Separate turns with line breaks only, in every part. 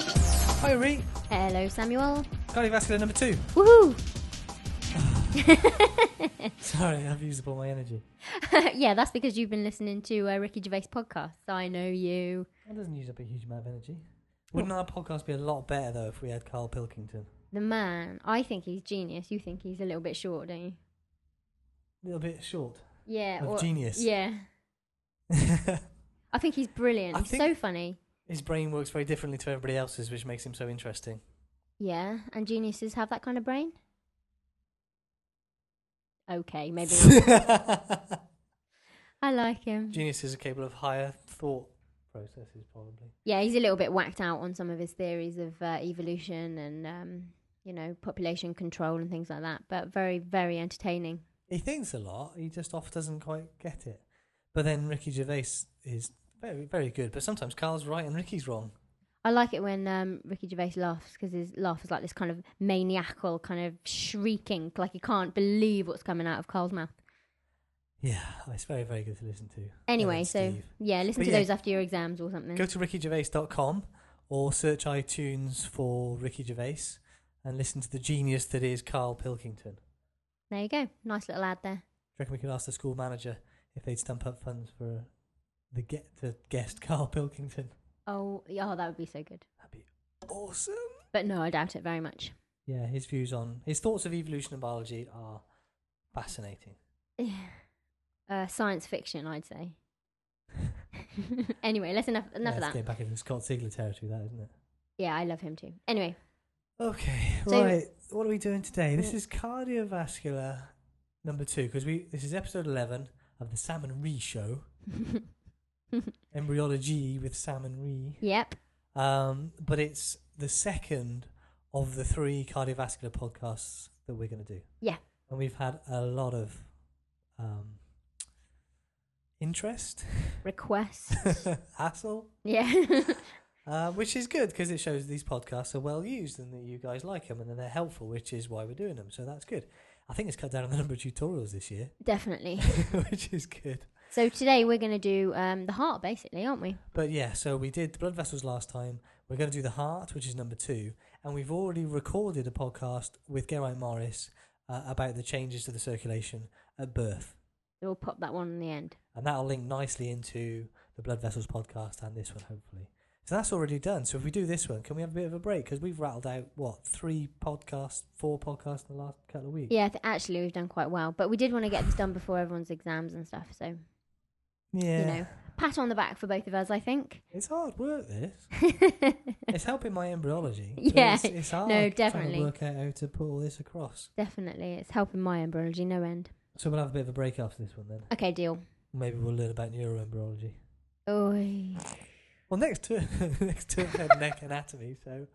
Hi, Ree.
Hello, Samuel.
Cardiovascular number two.
Woohoo!
Sorry, I've used up all my energy.
yeah, that's because you've been listening to uh, Ricky Gervais podcast. I know you.
That doesn't use up a huge amount of energy. Wouldn't our podcast be a lot better, though, if we had Carl Pilkington?
The man. I think he's genius. You think he's a little bit short, don't you?
A little bit short.
Yeah.
Of genius.
Yeah. I think he's brilliant.
I
He's
think-
so funny.
His brain works very differently to everybody else's, which makes him so interesting.
Yeah, and geniuses have that kind of brain? Okay, maybe. not.
Geniuses
I like him.
are capable of higher thought processes, probably.
Yeah, he's a little bit whacked out on some of his theories of uh, evolution and, um, you know, population control and things like that, but very, very entertaining.
He thinks a lot. He just oft doesn't quite get it. But then Ricky Gervais is very, very good. But sometimes Carl's right and Ricky's wrong.
I like it when um, Ricky Gervais laughs because his laugh is like this kind of maniacal, kind of shrieking, like he can't believe what's coming out of Carl's mouth.
Yeah, it's very, very good to listen to.
Anyway,
Ellen
so
Steve.
yeah, listen
But
to
yeah.
those after your exams or something.
Go to rickygervais.com or search iTunes for Ricky Gervais and listen to the genius that is Carl Pilkington. Do
There you go, nice little ad there.
you reckon we could ask the school manager if they'd stump up funds for the get the guest Carl Pilkington?
Oh, yeah, oh, that would be so good.
That'd be awesome.
But no, I doubt it very much.
Yeah, his views on his thoughts of evolution and biology are fascinating.
Uh, science fiction, I'd say. anyway, let's enough enough
yeah,
of
it's
that.
getting back into Scott Ziegler territory, that isn't it?
Yeah, I love him too. Anyway,
Okay,
So-
right. What are we doing today? This is cardiovascular number two because we this is episode eleven of the Salmon Ree show. Embryology with Salmon Ree,
yep,
um, but it's the second of the three cardiovascular podcasts that we're going to do.
Yeah.
and we've had a lot of um, interest,
request.
hassle,
yeah,
uh, which is good because it shows these podcasts are well used and that you guys like them and that they're helpful, which is why we're doing them. So that's good. I think it's cut down on the number of tutorials this year,
definitely.
which is good.
So today we're going to do um, the heart, basically, aren't we?
But yeah, so we did the blood vessels last time. We're going to do the heart, which is number two, and we've already recorded a podcast with Geraint Morris uh, about the changes to the circulation at birth,
We'll pop that one in the end.
and that'll link nicely into the blood vessels podcast and this one, hopefully. So that's already done. So if we do this one, can we have a bit of a break? Because we've rattled out what three podcasts, four podcasts in the last couple of weeks.
Yeah, th- actually, we've done quite well, but we did want to get this done before everyone's exams and stuff. So
Yeah.
you know, pat on the back for both of us, I think.
It's hard work. This it's helping my embryology. but
Yeah.
it's, it's hard.
definitely.
Trying to work out how to put all this across.
Definitely, it's helping my embryology no end.
So we'll have a bit of a break after this one then.
Okay, deal.
Maybe we'll learn about neuroembryology.
Oy.
Well, next term, next term we have neck anatomy, so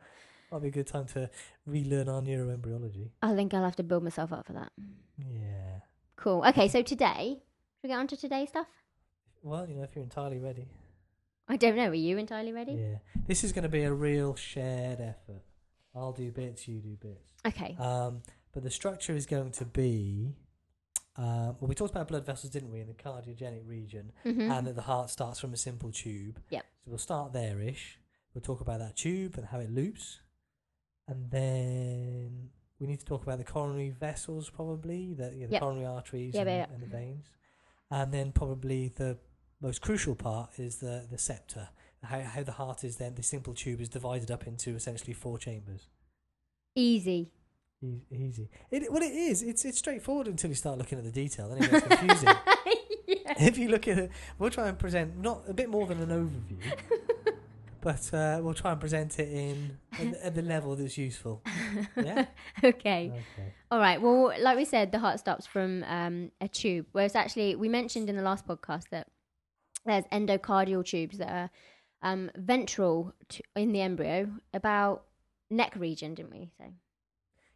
that'll be a good time to relearn our neuroembryology.
I think I'll have to build myself up for that.
Yeah.
Cool. Okay, so today, should we get on to today's stuff?
Well, you know, if you're entirely ready.
I don't know. Are you entirely ready?
Yeah. This is going to be a real shared effort. I'll do bits, you do bits.
Okay.
Um, but the structure is going to be. Um, well, we talked about blood vessels, didn't we, in the cardiogenic region,
Mhm.
and that the heart starts from a simple tube.
Yep.
So we'll start there ish. We'll talk about that tube and how it loops. And then we need to talk about the coronary vessels, probably, the, yeah, the
Yep.
coronary arteries
Yeah,
and,
yeah,
the- and the veins. And then probably the most crucial part is the, the septa, how, how the heart is then, the simple tube is divided up into essentially four chambers.
Easy.
Eas- E-, Easy. It, well, it is. It's it's straightforward until you start looking at the detail. Then it gets confusing. If you look at it, we'll try and present not a bit more than an overview, but uh, we'll try and present it in at, the- at the level that's useful. Yeah.
okay.
Okay.
All right. Well, like we said, the heart stops from um, a tube. Whereas actually, we mentioned in the last podcast that there's endocardial tubes that are um, ventral t- in the embryo, about neck region, didn't we? So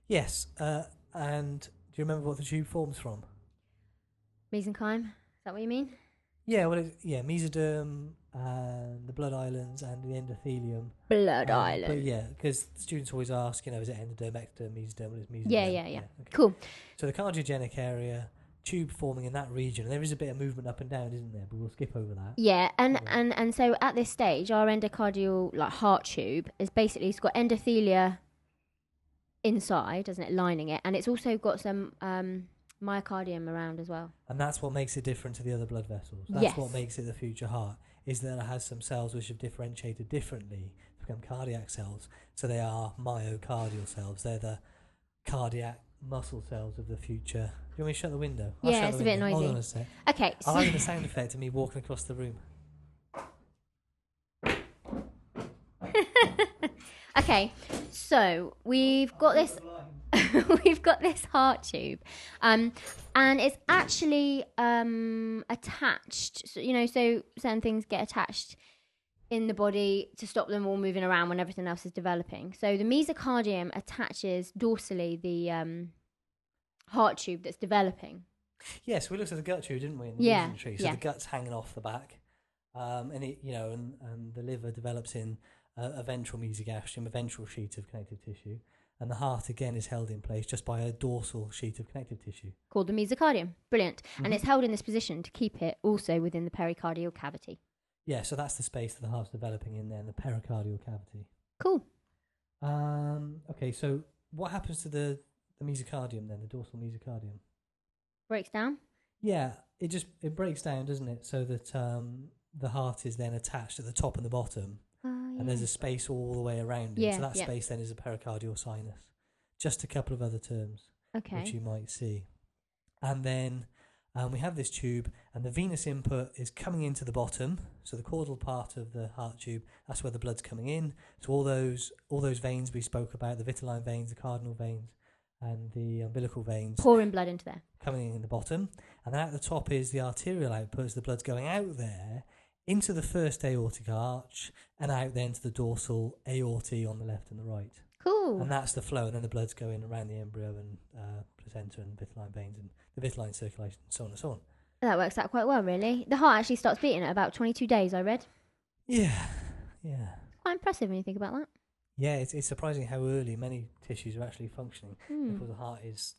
Yes. Uh, and do you remember what the tube forms from?
mesenchyme. Is that what you mean?
Yeah. Well, it, yeah. Mesoderm and the blood islands and the endothelium.
Blood
Um, But
island.
yeah, because students always ask, you know, is it endoderm, ectoderm, mesoderm? What is mesoderm?
Yeah, yeah, yeah.
okay.
Cool.
So the cardiogenic area tube forming in that region. And there is a bit of movement up and down, isn't there? But we'll skip over that.
Yeah, and,
Yeah.
and and so at this stage, our endocardial like heart tube is basically it's got endothelia inside, doesn't it, lining it, and it's also got some um, myocardium around as well.
And that's what makes it different to the other blood vessels. That's
Yes.
what makes it the future heart, is that it has some cells which have differentiated differently to become cardiac cells. So they are myocardial cells. They're the cardiac muscle cells of the future. Do you want me to shut the window?
Yeah,
shut
it's
the
a bit
window. Hold
noisy.
on a sec.
Okay,
I
so,
like the sound effect of me walking across the room.
okay, so we've got this we've got this heart tube, um, and it's actually um, attached. So, you know, so certain things get attached in the body to stop them all moving around when everything else is developing. So the mesocardium attaches dorsally the um, heart tube that's developing.
Yes, we looked at the gut tube, didn't we? In the
Yeah,
reason tree. So
yeah.
the gut's hanging off the back, um, and it, you know, and, and the liver develops in a, a ventral mesogastrium, a ventral sheet of connective tissue, and the heart again is held in place just by a dorsal sheet of connective tissue.
Called the mesocardium. Brilliant.
Mm-hmm.
And it's held in this position to keep it also within the pericardial cavity.
Yeah, so that's the space that the heart's developing in there, in the pericardial cavity.
Cool.
Um, okay, so what happens to the, the mesocardium then, the dorsal mesocardium?
Breaks down.
Yeah, it just it breaks down, doesn't it? So that um, the heart is then attached at the top and the bottom.
Ah,
and there's
yeah.
a space all the way around it.
Yeah,
so that
yeah.
space then is a pericardial sinus. Just a couple of other terms which
okay.
you might see. And then um, we have this tube, and the venous input is coming into the bottom, so the caudal part of the heart tube. That's where the blood's coming in. So all those all those veins we spoke about, the vitelline veins, the cardinal veins, and the umbilical veins
Pouring blood into there.
coming in the bottom, and then at the top is the arterial output, so the blood's going out there into the first aortic arch and out then to the dorsal aortae on the left and the right.
Cool.
And that's the flow, and then the blood's going around the embryo and uh, placenta and vitelline veins and the vitelline circulation, and so on and so on.
That works out quite well, really. The heart actually starts beating at about 22 days, I read.
Yeah, yeah.
Quite impressive when you think about that.
Yeah, it's, it's surprising how early many tissues are actually functioning
Hmm.
because the heart is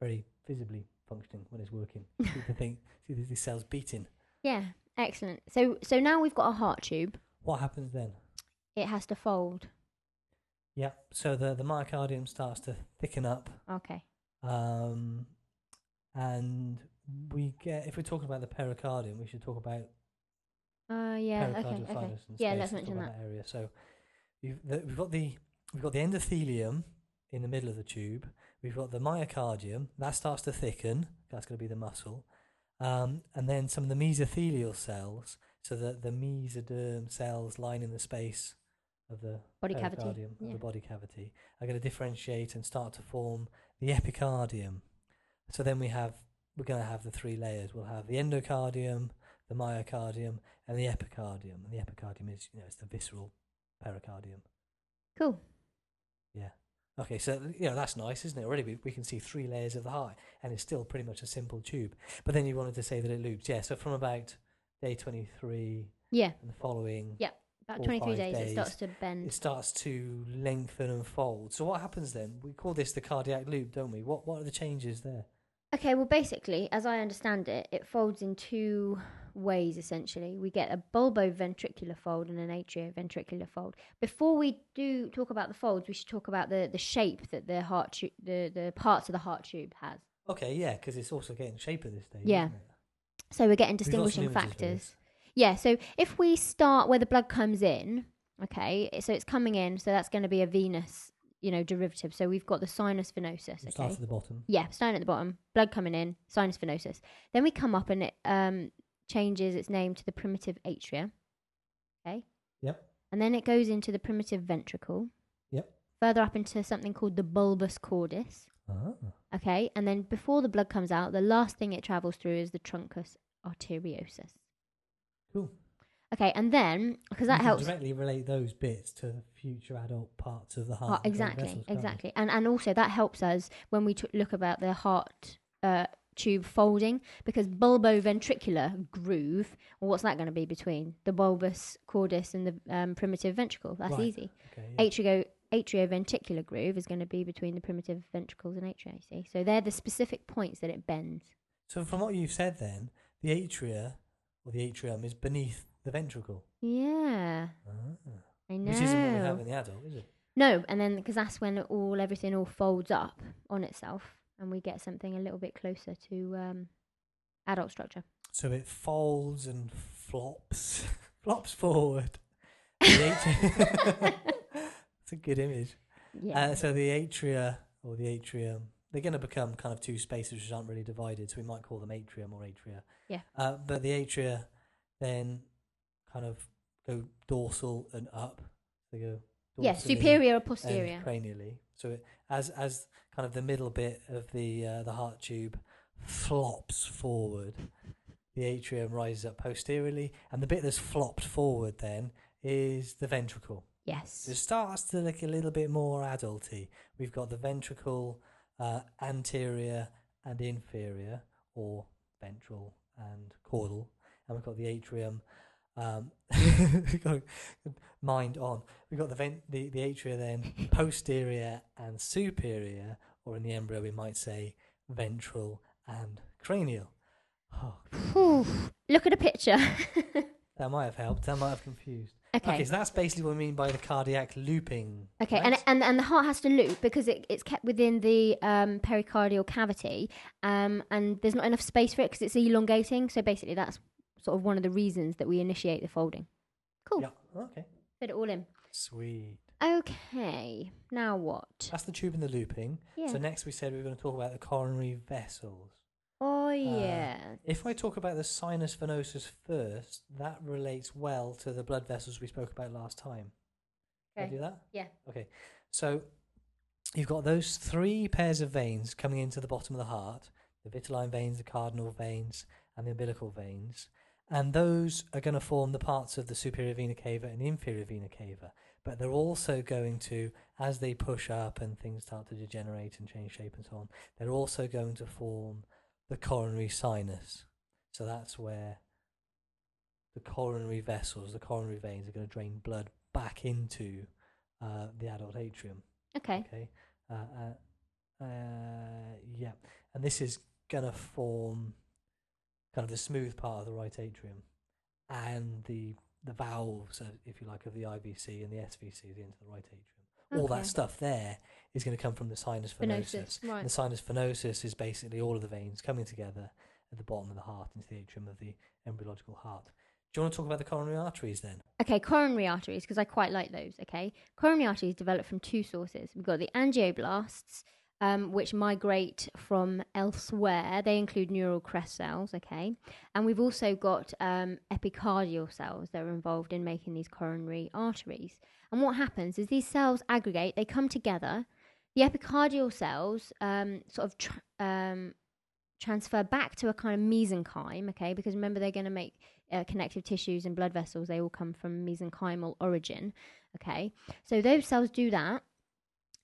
very visibly functioning when it's working. see the thing, see these cells beating.
Yeah, excellent. So, so now we've got a heart tube.
What happens then?
It has to fold.
Yeah, so the, the myocardium starts to thicken up,
Okay.
um, and we get if we're talking about the pericardium, we should talk about
Uh, yeah. Okay.
pericardial
Okay.
sinus and
Yeah,
space
let's
and
mention
talk
that.
about area. So you've, the, we've got the we've got the endothelium in the middle of the tube. We've got the myocardium that starts to thicken. That's going to be the muscle, um, and then some of the mesothelial cells. So the the mesoderm cells lining the space of the
Body cavity.
pericardium of
Yeah.
the body cavity are going to differentiate and start to form the epicardium. So then we have we're going to have the three layers. We'll have the endocardium, the myocardium, and the epicardium. And the epicardium is you know it's the visceral pericardium.
Cool.
Okay, so you know that's nice, isn't it? Already we, we can see three layers of the heart, and it's still pretty much a simple tube. But then you wanted to say that it loops, yeah. So from about day twenty three
Yeah,
and the following,
about
Four,
23
five
days, it
days.
starts to bend.
it starts to lengthen and fold. So what happens then? We call this the cardiac loop, don't we? What what are the changes there?
Okay, well, basically, as I understand it, it folds in two ways essentially. We get a bulboventricular fold and an atrioventricular fold. Before we do talk about the folds, we should talk about the, the shape that the heart tu- the the parts of the heart tube has.
Okay, yeah, because it's also getting shape at this stage.
Yeah.
isn't it?
So we're getting
We've got some
distinguishing
images for
factors.
this.
Yeah, so if we start where the blood comes in, okay, so it's coming in, so that's going to be a venous, you know, derivative. So we've got the sinus venosus,
We'll
okay?
Start at the bottom.
Yeah, starting at the bottom, blood coming in, sinus venosus. Then we come up and it um, changes its name to the primitive atria. Okay.
Yep.
And then it goes into the primitive ventricle.
Yep.
Further up into something called the bulbous cordis.
Ah,
Okay. And then before the blood comes out, the last thing it travels through is the truncus arteriosus.
cool.
Okay. And then, because
You
that
can
helps.
directly relate those bits to the future adult parts of the heart.
Oh,
and blood
exactly,
vessels, can't we?
exactly, and and also that helps us when we t- look about the heart uh, tube folding because bulboventricular groove. Well, what's that going to be between the bulbous cordis and the um, primitive ventricle? That's
Right.
easy.
Okay, yeah.
Atrio atrioventricular groove is going to be between the primitive ventricles and atria, you see. So they're the specific points that it bends.
So from what you've said, then the atria or the atrium is beneath the ventricle,
Yeah,
Ah.
I know.
which isn't what we have in the adult, is it?
No, and then because that's when all everything all folds up on itself, and we get something a little bit closer to um, adult structure.
So it folds and flops, flops forward. The atri- It's a good image.
Yeah,
Uh, so the atria or the atrium, they're going to become kind of two spaces which aren't really divided. So we might call them atrium or atria.
Yeah.
Uh, but the atria then kind of go dorsal and up. They go.
yeah,
dorsally
superior or
and
posterior.
cranially. So it, as as kind of the middle bit of the uh, the heart tube flops forward, the atrium rises up posteriorly, and the bit that's flopped forward then is the ventricle.
yes.
So it starts to look a little bit more adulty. We've got the ventricle, uh, anterior and inferior, or ventral and caudal, and we've got the atrium. Um, we've got mind on. We've got the vent, the, the atria, then posterior and superior, or in the embryo we might say ventral and cranial. Oh,
Phew. Look at a picture.
that might have helped. That might have confused. Okay,
okay.
so that's basically what we mean by the cardiac looping.
Okay,
right?
and, and and the heart has to loop because it, it's kept within the um, pericardial cavity, um, and there's not enough space for it because it's elongating. So basically, that's sort of one of the reasons that we initiate the folding. Cool.
Yeah. Okay.
Fit it all in.
Sweet.
Okay, now what?
That's the tube and the looping.
Yeah.
Uh, So next we said we were going to talk about the coronary vessels. Uh,
oh yeah.
If I talk about the sinus venosus first, that relates well to the blood vessels we spoke about last time. Can I
Okay.
do that?
Yeah.
Okay. So you've got those three pairs of veins coming into the bottom of the heart the vitelline veins, the cardinal veins, and the umbilical veins. And those are going to form the parts of the superior vena cava and the inferior vena cava. But they're also going to, as they push up and things start to degenerate and change shape and so on, they're also going to form the coronary sinus. So that's where the coronary vessels, the coronary veins, are going to drain blood back into uh, the adult atrium.
Okay.
Okay. Uh, uh, uh, yeah. And this is going to form kind of the smooth part of the right atrium and the the valves, uh, if you like, of the IVC and the SVC, the into the right atrium. All
Okay.
that stuff there is going to come from the sinus venosus.
Venosus, right.
The sinus venosus is basically all of the veins coming together at the bottom of the heart into the atrium of the embryological heart. Do you want to talk about the coronary arteries then?
Okay, coronary arteries, because I quite like those. Okay. Coronary arteries develop from two sources. We've got the angioblasts, um, which migrate from elsewhere. They include neural crest cells. Okay. And we've also got um, epicardial cells that are involved in making these coronary arteries. And what happens is these cells aggregate, they come together. The epicardial cells um, sort of tr um, transfer back to a kind of mesenchyme, okay? Because remember, they're going to make uh, connective tissues and blood vessels, they all come from mesenchymal origin, okay? So those cells do that.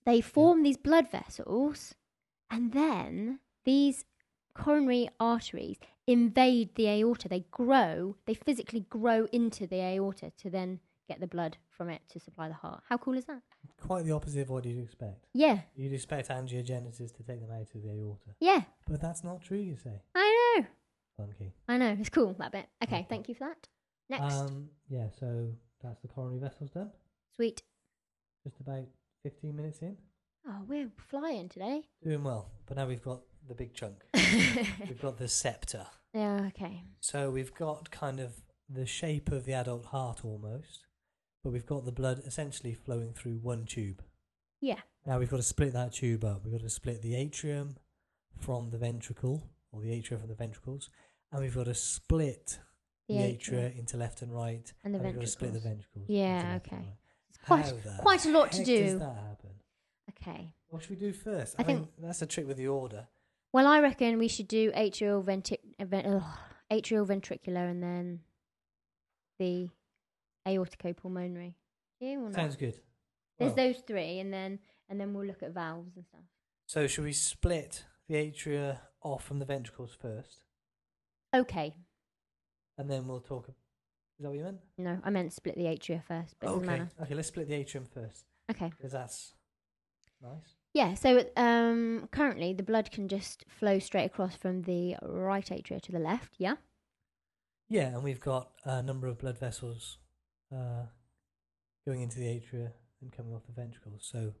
They form these blood vessels, and then these coronary arteries invade the aorta. They grow, they physically grow into the aorta to then get the blood from it to supply the heart. How cool is that?
Quite the opposite of what you'd expect.
Yeah,
You'd expect angiogenesis to take them out of the aorta.
yeah,
But that's not true, you say.
I know.
Funky.
I know, it's cool, that bit. Okay,
Mhm.
thank you for that. Next.
Um, yeah, so that's the coronary vessels done.
Sweet.
Just about 15 minutes in.
Oh, we're flying today.
Doing well. But now we've got the big chunk. we've got the scepter.
yeah, okay.
So we've got kind of the shape of the adult heart almost. But we've got the blood essentially flowing through one tube.
Yeah.
Now we've got to split that tube up. We've got to split the atrium from the ventricle, or the atria from the ventricles, and we've got to split the, atria into left and right,
And the
we've got to split the ventricles. into
Yeah,
left and
okay.
right.
It's quite,
How the
quite a lot to
heck
do.
Does that happen?
Okay.
What should we do first?
I
I,
think-
think that's the trick with the order.
Well, I reckon we should do atrial, ventic- ven- ugh, atrial ventricular and then the aorticopulmonary. Yeah, or not?
Sounds good.
There's
Well,
those three, and then and then we'll look at valves and stuff.
So should we split the atria off from the ventricles first,
Okay.
and then we'll talk? Is that what you meant?
No, I meant split the atria first, but it doesn't
okay.
matter.
Okay. Let's split the atrium first.
Okay.
Because that's nice.
Yeah, so um, currently the blood can just flow straight across from the right atria to the left, yeah?
Yeah, and we've got a number of blood vessels uh, going into the atria and coming off the ventricles. So,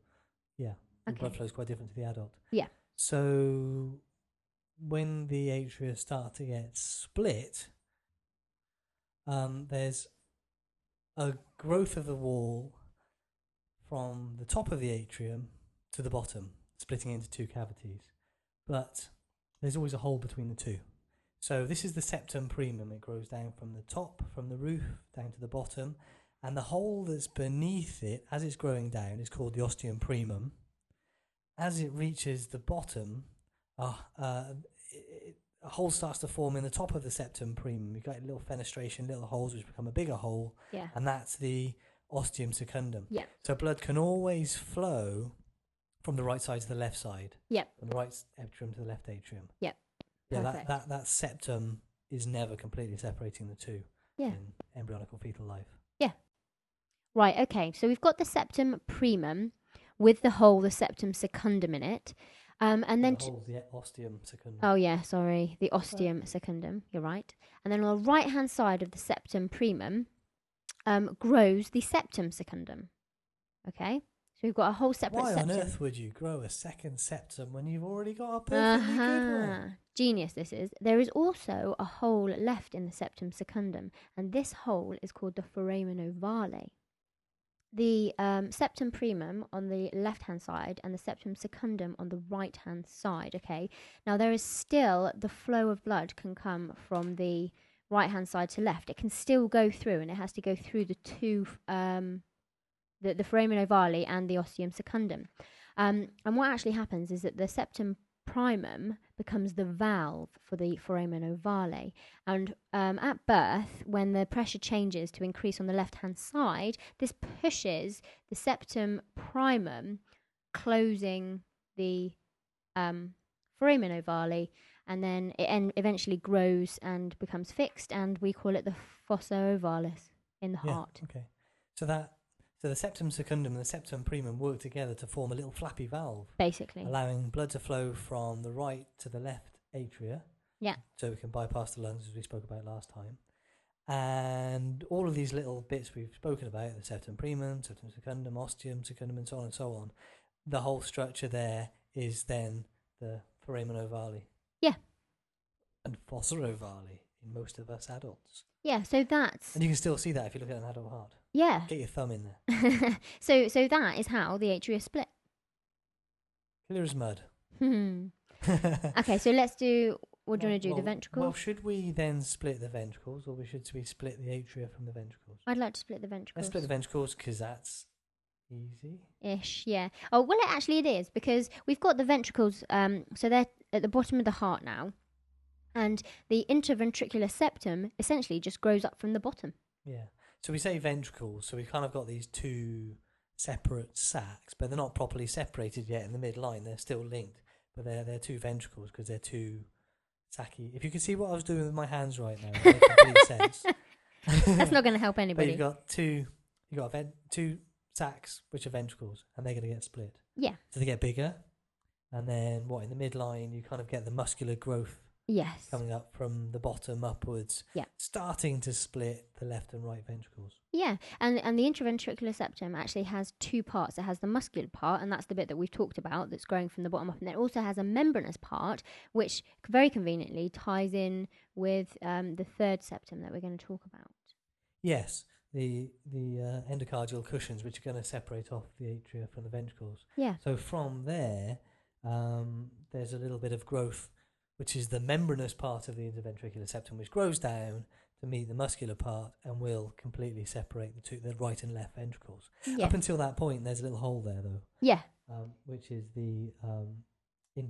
yeah, the blood
Okay.
flow is quite different to the adult.
Yeah.
So, when the atria start to get split, um, there's a growth of the wall from the top of the atrium to the bottom, splitting it into two cavities. But there's always a hole between the two. So this is the septum primum. It grows down from the top, from the roof, down to the bottom. And the hole that's beneath it, as it's growing down, is called the ostium primum. As it reaches the bottom, uh, uh, it, it- a hole starts to form in the top of the septum primum. You've got little fenestration, little holes, which become a bigger hole,
Yeah.
and that's the ostium secundum.
Yeah.
So blood can always flow from the right side to the left side.
Yep.
From the right s- atrium to the left atrium.
Yep.
Yeah, that,
Perfect.
that, that septum is never completely separating the two
Yeah.
in embryonic or fetal life.
Right, okay. So we've got the septum primum with the whole, the septum secundum in it. Um, and then
the, whole, the ostium secundum.
Oh yeah, sorry, the ostium secundum. You're right. And then on the right hand side of the septum primum um, grows the septum secundum. Okay, so we've got a whole separate
Why
septum.
on earth would you grow a second septum when you've already got a perfectly good one?
Uh-huh. Genius, this is. There is also a hole left in the septum secundum, and this hole is called the foramen ovale. The um, septum primum on the left hand side and the septum secundum on the right hand side. Okay, now there is still the flow of blood can come from the right hand side to left. It can still go through, and it has to go through the two, um, the, the foramen ovale and the ostium secundum. Um, and what actually happens is that the septum primum becomes the valve for the foramen ovale. And um, at birth, when the pressure changes to increase on the left hand side, this pushes the septum primum, closing the um, foramen ovale. And then it en- eventually grows and becomes fixed, and we call it the fossa ovalis in the
Yeah,
heart.
Okay. So that so the septum secundum and the septum primum work together to form a little flappy valve,
Basically,
allowing blood to flow from the right to the left atria.
Yeah.
So we can bypass the lungs as we spoke about last time. And all of these little bits we've spoken about, the septum primum, septum secundum, ostium secundum, and so on and so on, the whole structure there is then the foramen ovale.
Yeah.
And fossa ovale in most of us adults.
yeah. So that's
And you can still see that if you look at an adult heart.
yeah.
Get your thumb in there.
so so that is how the atria split.
Clear as mud.
Hmm.
what
Okay, so let's do. What do you want to do? the ventricle.
Well, should we then split the ventricles, or we should we split the atria from the ventricles?
I'd like to split the ventricles.
Let's split the ventricles because that's easy.
Ish, yeah. Oh well, it, actually it is because we've got the ventricles. Um, so they're at the bottom of the heart now, and the interventricular septum essentially just grows up from the bottom.
Yeah. So we say ventricles, so we've kind of got these two separate sacs, but they're not properly separated yet in the midline. They're still linked, but they're they're two ventricles because they're two sacky. If you can see what I was doing with my hands right now, it makes complete sense.
That's not going to help
But you've
anybody.
got two, you've got a vent, two sacs which are ventricles, and they're going to get split.
Yeah.
So they get bigger, and then what in the midline you kind of get the muscular growth
Yes.
coming up from the bottom upwards.
Yeah.
Starting to split the left and right ventricles.
Yeah, and and the interventricular septum actually has two parts. It has the muscular part, and that's the bit that we've talked about that's growing from the bottom up, and it also has a membranous part, which very conveniently ties in with um, the third septum that we're going to talk about.
Yes. The the uh, endocardial cushions which are going to separate off the atria from the ventricles.
Yeah,
So from there, um, there's a little bit of growth, which is the membranous part of the interventricular septum, which grows down to meet the muscular part and will completely separate the two, the right and left ventricles.
yeah,
Up until that point, there's a little hole there though,
yeah.
um, which is the um,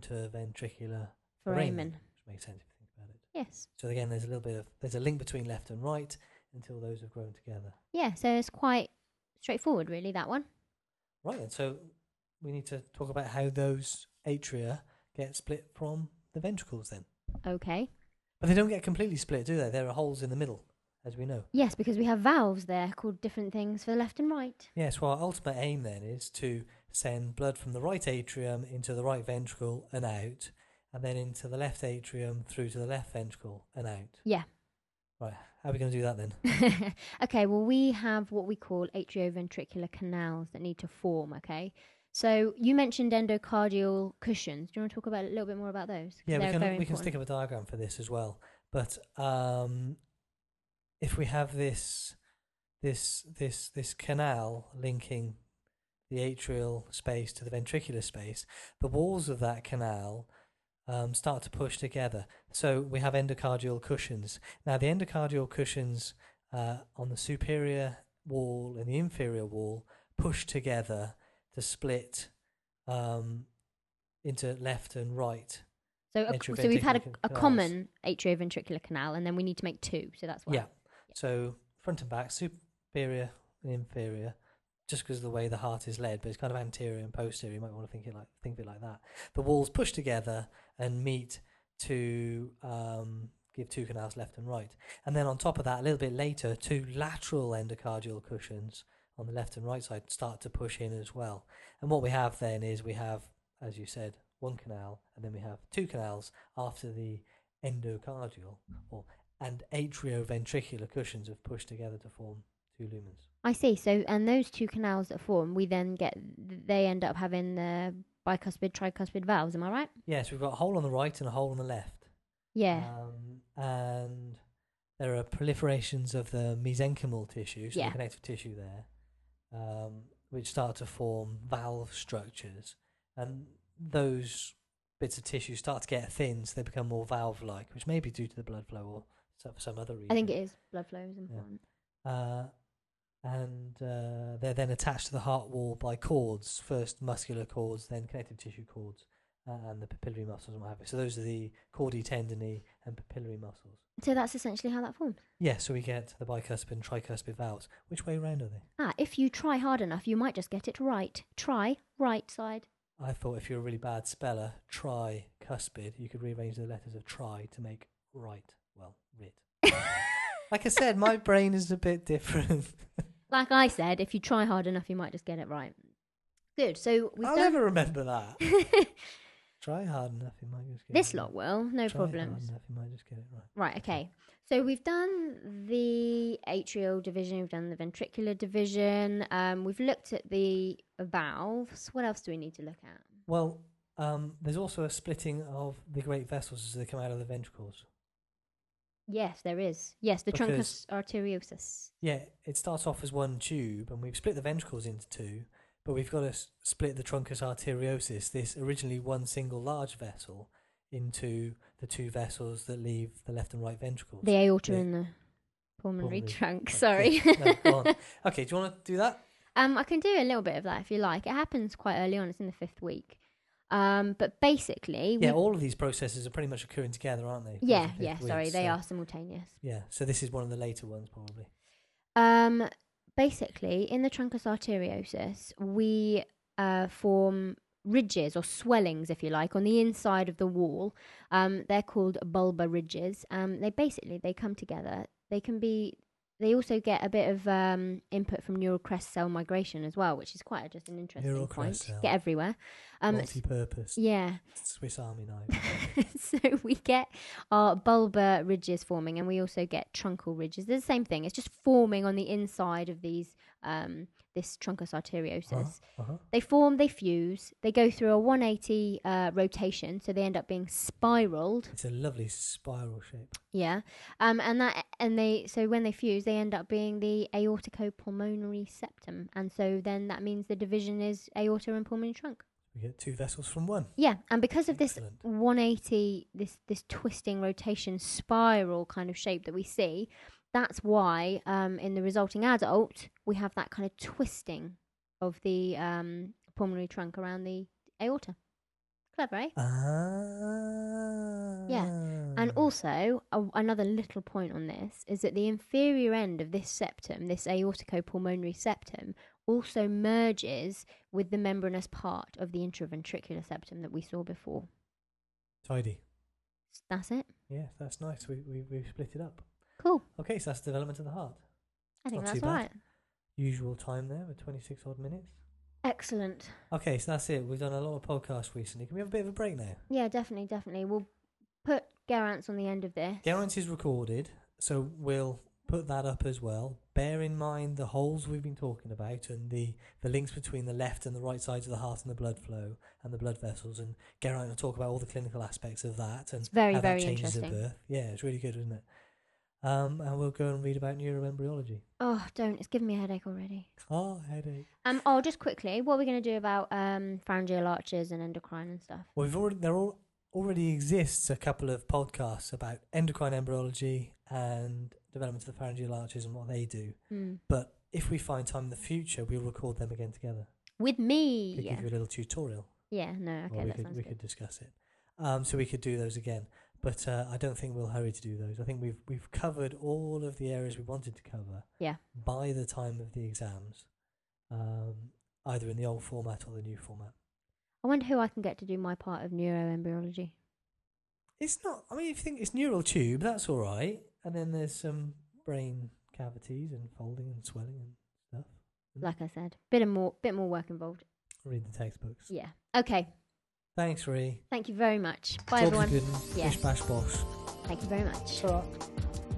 interventricular
Foramen.
which makes sense if you think about it.
Yes.
So again, there's a little bit of there's a link between left and right until those have grown together.
Yeah. So it's quite straightforward, really. That one.
Right, and so we need to talk about how those atria get split from the ventricles then.
Okay.
But they don't get completely split, do they? There are holes in the middle, as as we know.
Yes, because we have valves there called different things for the left and right.
Yes, well, our ultimate aim then is to send blood from the right atrium into the right ventricle and out, and then into the left atrium through to the left ventricle and out.
Yeah.
Right, how are we going to do that then?
okay, well, we have what we call atrioventricular canals that need to form, okay? So you mentioned endocardial cushions. Do you want to talk about a little bit more about those? 'Cause
Yeah, we
they're
can,
very
we can stick
important.
up a diagram for this as well. But um, if we have this this this this canal linking the atrial space to the ventricular space, the walls of that canal um, start to push together. So we have endocardial cushions. Now the endocardial cushions uh, on the superior wall and the inferior wall push together to split um, into left and right.
So, a, so we've had a,
atrioventricular
a
canals.
common atrioventricular canal, and then we need to make two. So that's why.
Yeah. So front and back, superior and inferior, just because of the way the heart is led, but it's kind of anterior and posterior. You might want to think it like think of it like that. The walls push together and meet to um, give two canals left and right. And then on top of that, a little bit later, two lateral endocardial cushions on the left and right side start to push in as well. And what we have then is we have, as you said, one canal, and then we have two canals after the endocardial or and atrioventricular cushions have pushed together to form two lumens.
I see. So, and those two canals that form, we then get they end up having the bicuspid, tricuspid valves. Am I right?
Yes, we've got a hole on the right and a hole on the left.
Yeah.
Um, and there are proliferations of the mesenchymal tissue, so
Yeah.
the connective tissue there, um, which start to form valve structures. And those bits of tissue start to get thin, so they become more valve like, which may be due to the blood flow or so- for some other reason.
I think it is blood flow is important.
uh, and uh, they're then attached to the heart wall by cords. First muscular cords, then connective tissue cords, uh, and the papillary muscles and what have you. So those are the chordae tendinae and papillary muscles.
So that's essentially how that forms.
Yeah, so we get the bicuspid and tricuspid valves. Which way round are they?
Ah, if you try hard enough, you might just get it right. Try right side.
I thought if you're a really bad speller, tricuspid, you could rearrange the letters of tri to make right. Well, writ. Like I said, my brain is a bit different.
like I said, if you try hard enough, you might just get it right. Good. So we've
I'll
done
never remember that. Try hard enough, you might just get
this
it right.
lot. Will no
Try hard
problems.
enough, you might just get it right.
Right. Okay. So we've done the atrial division. We've done the ventricular division. Um, we've looked at the valves. What else do we need to look at?
Well, um, there's also a splitting of the great vessels as they come out of the ventricles.
Yes, there is. Yes, the
Because-
truncus arteriosus.
Yeah, it starts off as one tube, and we've split the ventricles into two, but we've got to s- split the truncus arteriosus, this originally one single large vessel, into the two vessels that leave the left and right ventricles.
The aorta
Yeah.
and the
Pulmonary
pulmonary trunk.
Right,
Sorry.
yeah, no, go on. Okay, do you want to do that?
Um, I can do a little bit of that if you like. It happens quite early on. It's in the fifth week. Um, but basically,
Yeah,
we-
all of these processes are pretty much occurring together, aren't they?
yeah,
Because of
yeah.
fifth week,
Sorry, they
so-
are simultaneous.
Yeah, so this is one of the later ones, probably.
Um, basically, in the truncus arteriosus, we uh, form ridges or swellings, if you like, on the inside of the wall. Um, they're called bulbar ridges. Um, they basically they come together. They can be. They also get a bit of um, input from neural crest cell migration as well, which is quite just an interesting
Neural
point.
crest cell.
Get everywhere. Um, s-
Multi-purpose
yeah.
Swiss Army knife.
so we get our bulbar ridges forming and we also get trunkal ridges they're the same thing it's just forming on the inside of these um, this truncus arteriosus
Uh-huh, uh-huh.
they form they fuse they go through a 180 uh, rotation so they end up being spiraled
It's a lovely spiral shape.
yeah um, and that and they so when they fuse they end up being the aorticopulmonary septum and so then that means the division is aorta and pulmonary trunk
We get two vessels from one.
Yeah, and because of this
Excellent.
180, this this twisting rotation spiral kind of shape that we see, that's why um, in the resulting adult we have that kind of twisting of the um, pulmonary trunk around the aorta. Clever, eh?
Ah.
And also, a, another little point on this is that the inferior end of this septum, this aorticopulmonary septum, also merges with the membranous part of the intraventricular septum that we saw before.
tidy.
That's it.
Yeah, that's nice. We we we split it up.
Cool.
Okay, so that's development of the heart.
I think
Not too
that's
bad.
all right.
Usual time there with 26 odd minutes.
Excellent.
Okay, so that's it. We've done a lot of podcasts recently. Can we have a bit of a break now?
Yeah, definitely, definitely. We'll put Garance on the end of this.
Garance is recorded, so we'll put that up as well. Bear in mind the holes we've been talking about and the, the links between the left and the right sides of the heart and the blood flow and the blood vessels. And Geraint will talk about all the clinical aspects of that and
It's very,
how
very
that changes at
interesting.
birth. Yeah, it's really good, isn't it? Um, and we'll go and read about neuroembryology.
Oh, don't. It's giving me a headache already.
Oh, headache.
Um. Oh, just quickly, what are we going to do about um pharyngeal arches and endocrine and stuff?
Well, we've already there al- already exists a couple of podcasts about endocrine embryology and development of the pharyngeal arches and what they do.
Hmm.
But if we find time in the future, we'll record them again together.
With
We
me.
could
Yeah.
give you a little tutorial,
Yeah. No.
or
Okay.
we
That
could
sounds
we
good.
could discuss it. Um, so we could do those again. But uh, I don't think we'll hurry to do those. I think we've we've covered all of the areas we wanted to cover.
Yeah.
By the time of the exams, um, either in the old format or the new format.
I wonder who I can get to do my part of neuroembryology.
Mm-hmm. It's not. I mean, if you think it's neural tube, that's all right. And then there's some brain cavities and folding and swelling and stuff.
Like I said, bit of more, bit more work involved.
Read the textbooks.
Yeah. Okay.
Thanks, Ree.
Thank you very much. Bye,
Talking
everyone.
good.
Yeah.
Bish bash bosh.
Thank you very much.
Ta-ra.